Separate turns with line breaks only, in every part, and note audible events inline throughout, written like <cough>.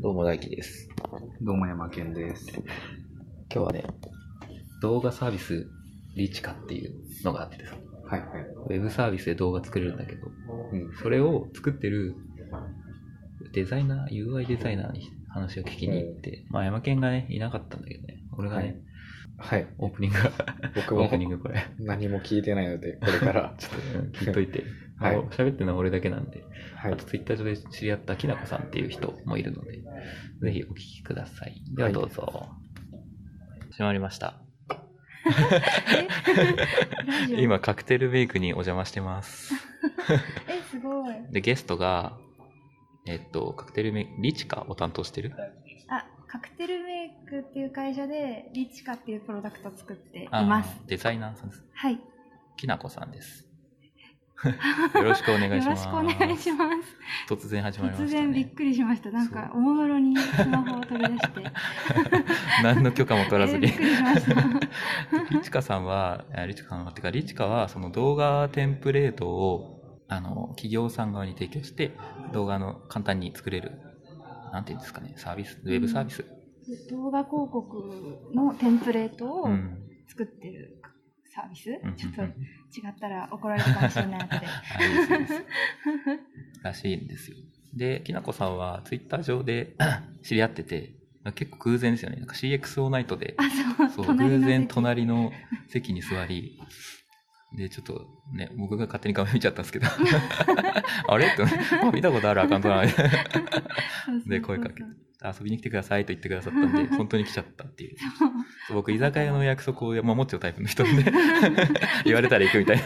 どうも大輝です。
どうも山健です。
今日はね、動画サービスリチカっていうのがあってさ、
はいはい。
ウェブサービスで動画作れるんだけど、
うん。
それを作ってるデザイナー、UI デザイナーに話を聞きに行って、まあ山県がね、いなかったんだけどね、俺がね、
はいはい。
オープニングが、オ
僕
ー
も
プニングこれ、
何も聞いてないので、これから。
ちょっとうん聞いといて、
はい
もう喋ってるのは俺だけなんで、
はい
あと。ツイッター上で知り合ったきなこさんっていう人もいるので、ぜひお聞きください。ではどうぞ。始まりました。
<laughs> ラジオ
今、カクテルメイクにお邪魔してます。
えすごい
で、ゲストが、えっと、カクテルメイク、リチカを担当してる
あカクテルメイクっていう会社でリチカっていうプロダクトを作ってい
あー
ます
デザイナーさんです。
はいよ
きなこさんです。 <laughs> よろしくお願
ろ
い
し
し
く
ます。
お願いします
突然始まりま
突
した、ね。
然びっくりしましたなんかおもむろにスマホを取り出して
何の許可も取らず
えー
に
びっ。くりし
<laughs>
ました
リチカさんは、えーリチカさんは、ってか、リチカは、その動画テンプレートを、あの、企業さん側に提供して、動画の簡単に作れる、なんていうんですかね、サービス、ウェブサービス。
動画広告のテンプレートを
うん。
作ってるサービス、
うん
ちょっと
う
違
ん
ったら怒られるかもしれないの
<laughs>
で
あいいですいいですらしいんですよ。で、きなこさんはツイッター上で <clears throat> 知り合ってて、結構偶然ですよね。なんか CXO ナイトで、
あ
そ
そう
う、
隣
偶
の
然
席
隣の席に座り、で、ちょっとね、僕が勝手に画面見ちゃったんですけ
<laughs>
ど、あれって、あ見たことあるアカウントなのに <laughs>
そうそうそうそう
で声かけて遊びに来てくださいと言ってくださったん
<laughs>
で、本当に来ちゃったっていう。そう僕、居酒屋の約束を守っちゃうタイプの
<laughs>
人なんで、言われたら行くみたいな、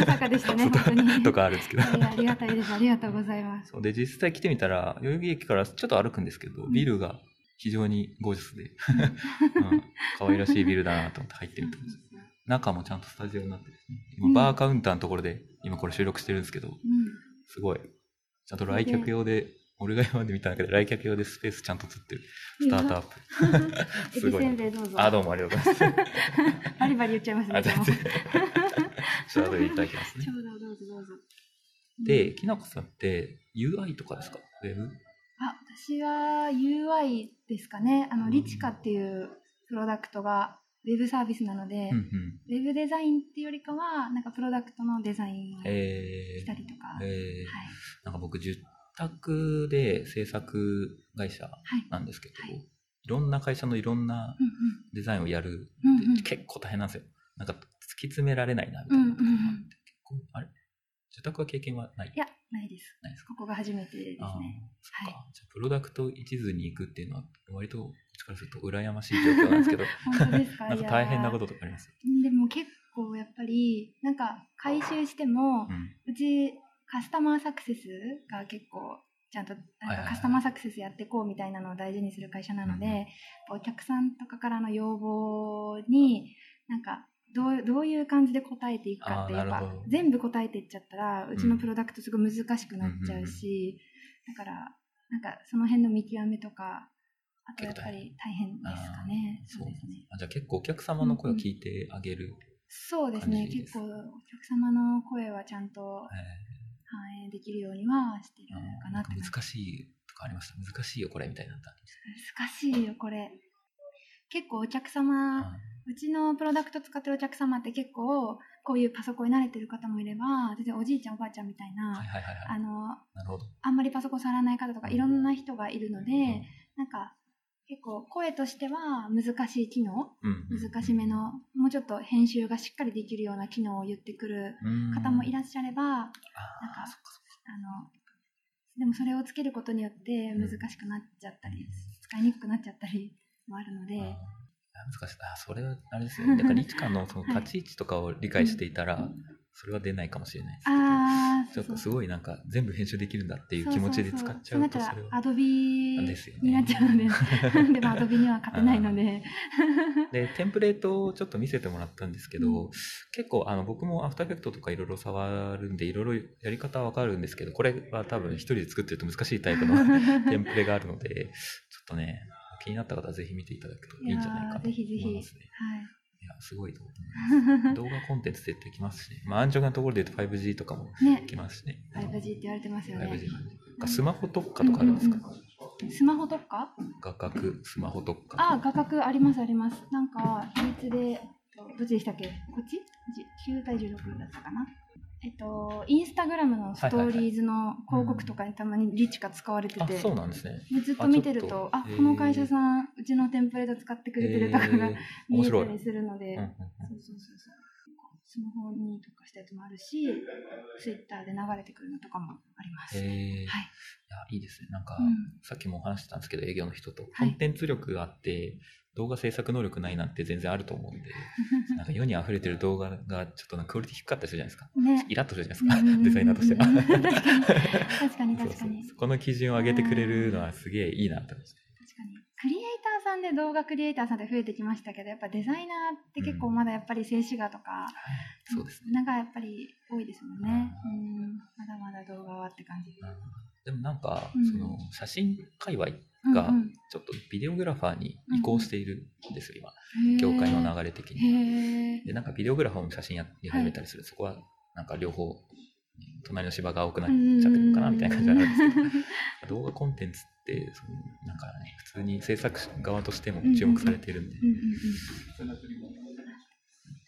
まさかでした
<laughs>
ね
そう
本当に
とかあるんですけど。
いやありがたいです。ありがとうございます。
そうで実際来てみたら代々木駅からちょっと歩くんですけど
ん
ビルが非常にゴージャスで、うん、可愛らしいビルだなと思って入ってみたんです中もちゃんとスタジオになってですね
う
今
ん
バーカウンターのところで今これ収録してるんですけどすごいちゃんと来客用で俺が今まで見た中で来客用でスペースちゃんと取ってるスタートアップ
うん。
<laughs> すごい
エビせんべいどうぞ。
あどうもありがとうございます
バリバリ言っちゃいます
あ
ね。
全
今
然
日も
ちょっと後でいただきますね
ちょうどどうぞどうぞ。
できなこさんって UI とかですかウェブ
あ、私は UI ですかね。あの、リチカっていうプロダクトがウェブサービスなので、
うんうん
ウェブデザインっていうよりかは、なんかプロダクトのデザインをし
え
た
ー
りとか。はい。
えーなんか僕、住宅で制作会社
はい。
なんですけど、
はい
い、ろんな会社のいろんな
う
デザインをやる
んうん。うんう
っ
ん
て結構大変なんですよ。なんか突き詰められないなみた
う
い
ん
な
うん
こと
う
があって、結構あ
ん。
れ住宅は経験はない
いや、ないです。
ないですか
ここが初めてです
ああー、
ね。
そっか
は。
じゃあプロダクト一途に行くっていうのは、割とこっちからすると羨ましい状況なんです
<laughs>
けど、
本当です
<laughs>
か。
なんか大変なことととかあります
いやでも結構やっぱり、なんか回収しても、
うん。
うちカスタマーサクセスが結構ちゃんと
は
ないん
はい
か
はい
カスタマーサクセスやってこうみたいなのを大事にする会社なので、
うんうん
やっぱお客さんとかからの要望になんかどうどういう感じで答えていくかって
あ
や
ー
っ
な
ぱ
るほど
全部答えていっちゃったらうちのプロダクトすごい難しくなっちゃうし、だからなんかその辺の見極めとかあとやっぱり大変ですかね。
結構大
そう
変
ですね
あじゃあ結構お客様の声を聞いてあげる。
そうですね
感じです
結構お客様の声はちゃんと
えー
反映できるようにはしてる
あ
か
ーなん
なっ
か
て感じ
難しいとかありました難しいよこれみたいなんだ
難しいよこれ結構お客様うちのプロダクト使ってるお客様って結構こういうパソコンに慣れてる方もいれば全然おじいちゃんおばあちゃんみたい
うんは
ない
はいはいは
あ
い
の
なるほど
あんまりパソコン触らない方とかいろんな人がいるので
うん
なんか結構声としては難しい機能
うん
難しめのもうちょっと編集がしっかりできるような機能を言ってくる方もいら
っし
っしゃればなんか、あの、でもそれをつけることによって難しくなっちゃったり、使いにくくなっちゃったりもあるので、
難しいあそれはあれ
<laughs>
ですよねだからリチカのその立ち位置とかを理解していたらそれは出ないかもしれないですけど
ああ、
ちょっとす
いっ
ごいなんか全部編集できるんだっていう気持ちで使っちゃうとそれ
ア
は
ドビ
ですよね
になっちゃうので、
<laughs>
でもアドビには勝てないので、
でテンプレートをちょっと見せてもらったんですけど、
う
結構あの僕もアフターエフェクトとかいろいろ触るんでいろいろやり方はわかるんですけどこれは多分一人で作ってると難しいタイ
<laughs>
プのテンプレがあるので、ちょっとね、気になった方はぜひ見ていただくといいんじゃないかなと
いやーぜひぜひ
思いますね。
はい。
いや、すごいと思います。動画コンテンツ絶対来ますしね。まあ、安直なところで言うと 5G とかも
ね、
来ますしね。
5G って言われてますよね。
5G もかスマホ特化とかあるんですか、
うんスマホとか
画角スマホ特化
あ画角ありますありますなんか比率でえっとどっちでしたっけこっちじ9対16だったかなえっとインスタグラムのストーリーズの広告とかにたまにリッチが使われてて、
あそうなんですね
でずっと見てるとあ
あちょっと
この会社さん、うちのテンプレート使ってくれてるとかが、
えー
見
面
えた
白い、
りするので、
うんうん
そうそうそうそうスマホに特化したやつもあるしツイッターで流れてくるのとかもあります、
えーいや
はい
いいですねなんか、
うん
さっきもお話ししたんですけど営業の人とコ
はい
ンテンツ力があって、動画制作能力ないなんて全然あると思
<laughs>
うんでなんか世に溢れてる動画がちょっとなんかクオリティ低かったりするじゃないですか
ね
イラッとするじゃ
う
ないですか
ん
デザイナーとしては
確
そう
かに確かに確か
そう
に
そこの基準を上げてくれるのはすげえいいなって思いました
確かにクリエイターさんで動画クリエイターさんって増えてきましたけどやっぱデザイナーって結構まだやっぱり静止画とか、
そうです
なんかやっぱり多いですもんね、うん、まだまだ動画はって感じ、
でもなんか、
うん
その写真界隈
うん
が
うん
ちょっとビデオグラファーに移行しているんですよ、
へー
今業界の流れ的に、
へえ
でなんかビデオグラファーも写真やり始めたりする、そこはなんか両方隣の芝が青くなっちゃってるのかなみたいな感じなんですけど動画コンテンツってそのなんかね普通に制作側としても注目されているんで、
うんうん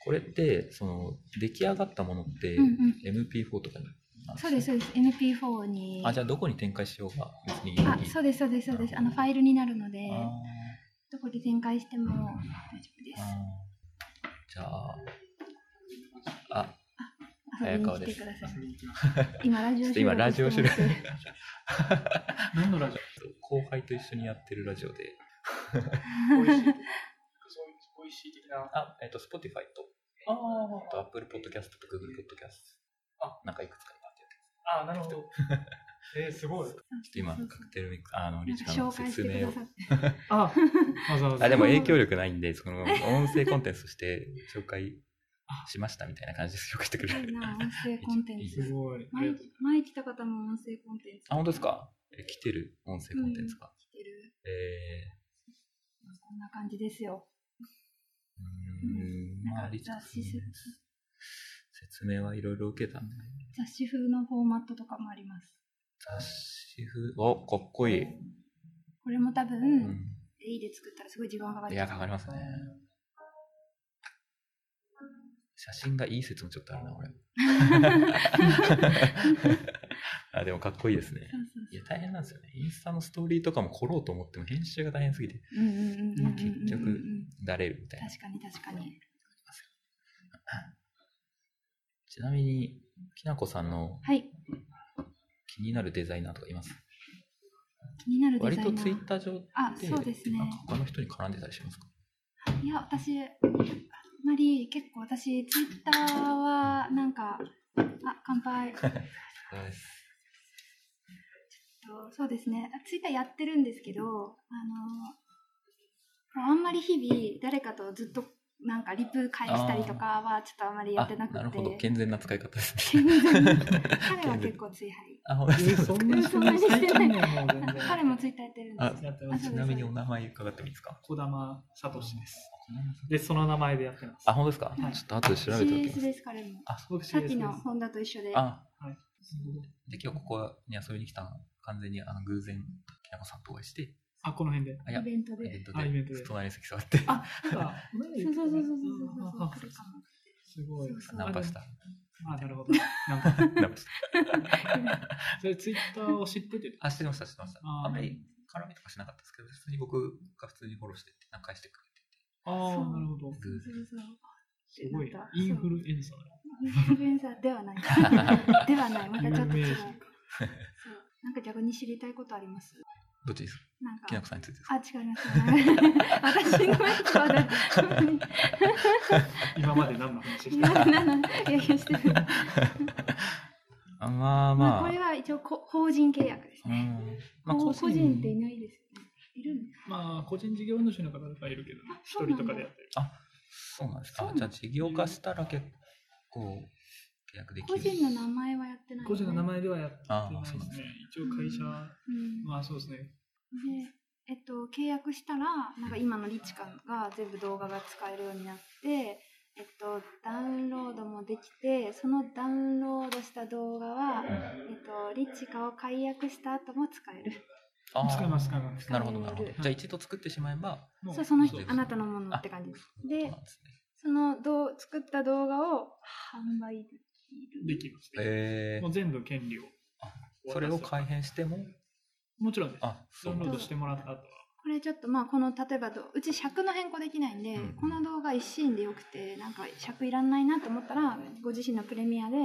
これってその出来上がったものって
うんうん
MP4 とかになるん
そうですそうです MP4 に
あじゃあどこに展開しようが別にいい
あそうですそうですそうですあのファイルになるので
あー
どこで展開しても大丈夫です
あーじゃああ
遊
早
びに
川
来
で
て
す
ください今ラジオ
ちょっと
収
今
録
ラジオ
してます
何のラジ
後輩と一緒にやってるラジオで
オ美味しいそういう美味しい的な。
あえっ、と Spotify と
あ
あと Apple Podcast と Google Podcast あなんかいくつかになってる
あ、なるほど。えー、すごい。
ちょっと今
そうそう
カクテルミックあのリチカ
なん
の
か紹介して
説
くだ
明を
さって
あ、わざわざ。
あでも影響力ないんでその音声コンテンツとして紹介しましたみたいな感じで紹介してくれ
すごい
る
な音声コンテンツ
すごい。あり
前
がとう
前来た方も音声コンテンツ
あ本当ですかえ来てる音声コンテンツか、
来てる
え
こんな感じですよ
ーうーんまあリチカ
雑誌す
説明はいろいろ受けたんで
雑誌風のフォーマットとかもあります
雑誌風おかっこいい、
これも多分、
うん
絵で作ったらすごい時間かかる
いや、かかりますね。写真がいい説もちょっとあるな、
<laughs>
これ。あでもかっこいいですね。
そうそう
いや、大変なんですよね。インスタのストーリーとかも来ろうと思っても編集が大変すぎて、
そううんうんうんうんうんうん
結局だれるみたいな。
確かに確かに
ちなみに、きなこさんの
はい
気になるデザイナーとかいます
気になるデザイ
割
ナー
とツイッター上
あ
で、
そうですね
なんか他の人に絡んでたりしますか
いや私あんまり結構私ツイッターはなんかあ
<laughs>
乾杯
そうです。
とそうですねツイッターやってるんですけどあのあんまり日々誰かとずっとなんかリプ返したりとかはちょっとあんまりやってな
あ、
くて
なるほど。健全な使い方です
<laughs>
ね。 <laughs>
彼は結構追敗
あ、本当ですか
そんな人ない最近ね、もう全然。
彼もツイッターやってるんです
やって
あ
ま
そ
す
う
ち。なみにお名前伺ってもいいですか
小玉さとしです。で、その名前でやってます。
あ、本当ですか、
はい
ちょっと後で調べておきま
CS
す。
です彼も
あ、
僕
さっき
CS
の
です
本田と一緒で
あ、
はい
で、今日ここに遊びに来たの完全にあの偶然、きなこさんとお会いして、
あ、この辺で。
あ、いや
イ、ベント
イ
で
ベント
あイベ
で
ントで、
隣に席座って、
あ、あ
そうそうそうそうそうそうそう
あ
来るかも
すごい。
ナンパした。
あ、なるほど。ナンパ。
ナンパした。
それツイッターを知ってて。
あ、知ってました、知ってました。
あー
あんまり絡みとかしなかったですけど、普通に僕が普通にフォローしてって、なんか返してく
ああ、なるほど。
そうそうそう
すごい
なんか。
インフルエンサーだ。
インフルエンサーではないではないまたちょっと違う
有名人
そうなんか逆に知りたいことあります
どっちですか
なん
きな
か
こさんについてですか
あ違います私のやつはだ
今まで何の話して
な
た
なないやいやしてる
あ、まあ
まあ
ま
こ
あ
れ。は一応こ法人契約です
う
ね
んまあ、
こう個人って
で。
いないですよねいるの
まあ、個人事業主の方とかいるけどね
あ、
一人とかでやってる。
そうなんです
そ
か。
うな
あ
ん
じゃあ、事業化したら結構、契約できる。
個人の名前はやってない
個人の名
で
前ではやってない
あ
で
ー
す
そう
ね
なんです。
一応会社、まあそうですね。
でえっと、契約したらなんか今のリチカが全部動画が使えるようになってえっと、ダウンロードもできて、そのダウンロードした動画は、えっと、リッチカを解約した後も使える。
あー
使います、使います。
なるほど、なるほど
使え。る
じゃあ一度作ってしまえば、
もう
そう、その
そう
人、
です
あなたのものって感じです。
そう
で
な、んですね。
そのどう作った動画を販売でき
で
る。
きますね。
え
もう全部権利を。
それを改変しても、
もちろんです。
あ、そ
ダウ
う
ン
な
ロ
ん
ー
だ
ドしてもらった後は。
これちょっとまあこの例えばどうち尺の変更できないんで、
うん
この動画一シーンでよくてなんか尺いらんないなと思ったらご自身のプレミアで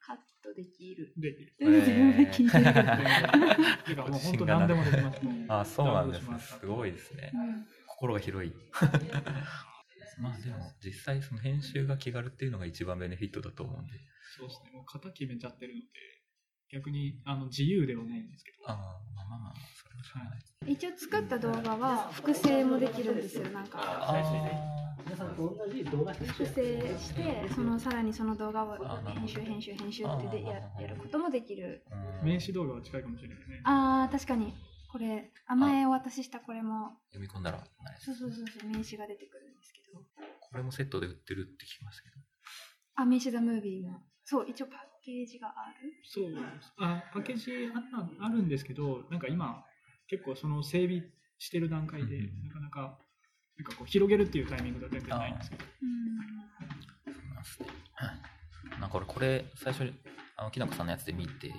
カットできる。
できる。
へー
自分で気に入る。
だからもう本当何でもできます。
うん
あ、そうなん
ダウンロード
です
し
ね。
ました
すごいですね。
うん
心が
<laughs>
広い。まあでも、実際その編集が気軽っていうのが一番ベネフィットだと思うんで。
そうですね。もう型決めちゃってるので、逆にあの自由ではないんですけど。
あーまあまあまあ、それはしょうがない。
一応作った動画は複製もできるんですよなんか
あ
皆さんと同じ動画編集
複製してそのさらにその動画を
あなるほ
編
ど
集編集編集ってでややることもできる
ーうん
名刺動画は近いかもしれないね。
あー確かにこれ甘えお渡ししたこれも
読み込んだらなれです
そうそうそうそう名刺が出てくるんですけど
これもセットで売ってるって聞きましたけど。
あ名刺ザムービーもそう一応パッケージがある
そうあパッケージあったあるんですけど、なんか今、結構その整備してる段階で、
うん
なかなかなんかこう広げるっていうタイミングが全然ないんですけど、
そうなんですね。なんか俺これ最初にあのきなこさんのやつで見て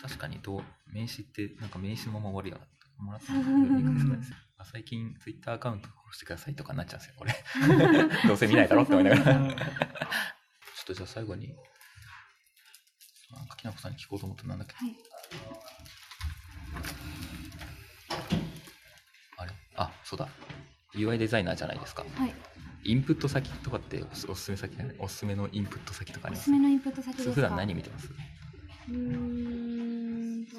確かにどう名刺ってなんか名刺のまま終わりやもらったんだけどびっくりしたん
<laughs>
ですよあ最近ツイッターアカウントをしてくださいとかになっちゃうんですよこれ
<laughs>
どうせ見ないだろって思いながらちょっとじゃあ最後になんかきなこさんに聞こうと思ったのなんだっけ
はい
あれあそうだ UI デザイナーじゃないですか
はい
インプット先とかっておすおすすめ先おすすめのインプット先とかあ
お
り
す
ますす
めのインプット先ですか
普段何見てます
うーんと結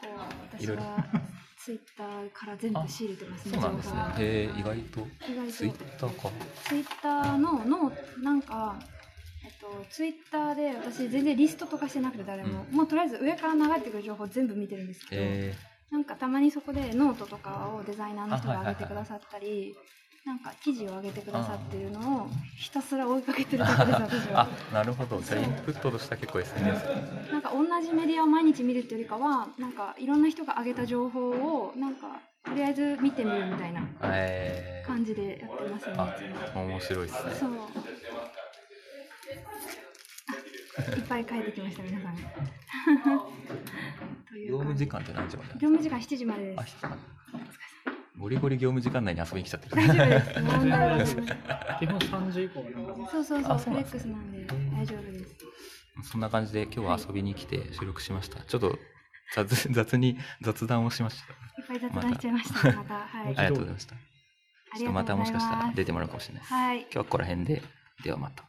構
い
私
ろいろ
はツイッターから全部仕入れてますね
そうなんですね
情報は
へえ意外と
意外と
ツイッターか
ツイッターののなんか、えっと、ツイッターで私全然リストとかしてなくて誰も、もうとりあえず上から流れてくる情報全部見てるんですけど、
え
なんかたまにそこでノートとかをデザイナーの人
あ
が
はいはいは
上
い
げてくださったり、なんか記事を上げてくださってるのをひたすら追いかけ <laughs> てるだけです私
ー、
は
あ。なるほどじゃあインプットとしては結構 SNS
なんか同じメディアを毎日見るっていうよりかはなんかいろんな人が上げた情報をなんかとりあえず見てみるみたいな
えー、
感じでやってますね
あ
い
面白いですね
つもそうあいっぱい書いてきました皆さん <laughs> とい
業
う
務
感じ
時間って何時までなんで
業務時間7時まです
かあ
です
ひさゴリゴリ業務時間内に遊びに来ちゃってる
大丈夫です問題はない
<laughs>
基本3時以降はなんかもう
そうそうそう
あ
フ
そう
レ
なんで
ック
す
スなんで
うん
大丈夫です
<laughs> そんな感じで今日は遊びに来て収録しましたちょっと雑 <laughs> 雑に雑談をしまし
いっぱい雑談しちゃいましたまたは
た <laughs>
い
ありがとうございました
あ
ちょ
り
っと
がとうございま
またもしかしたら
す
出てもらうかもしれないです
はい
今日はここら辺でではまた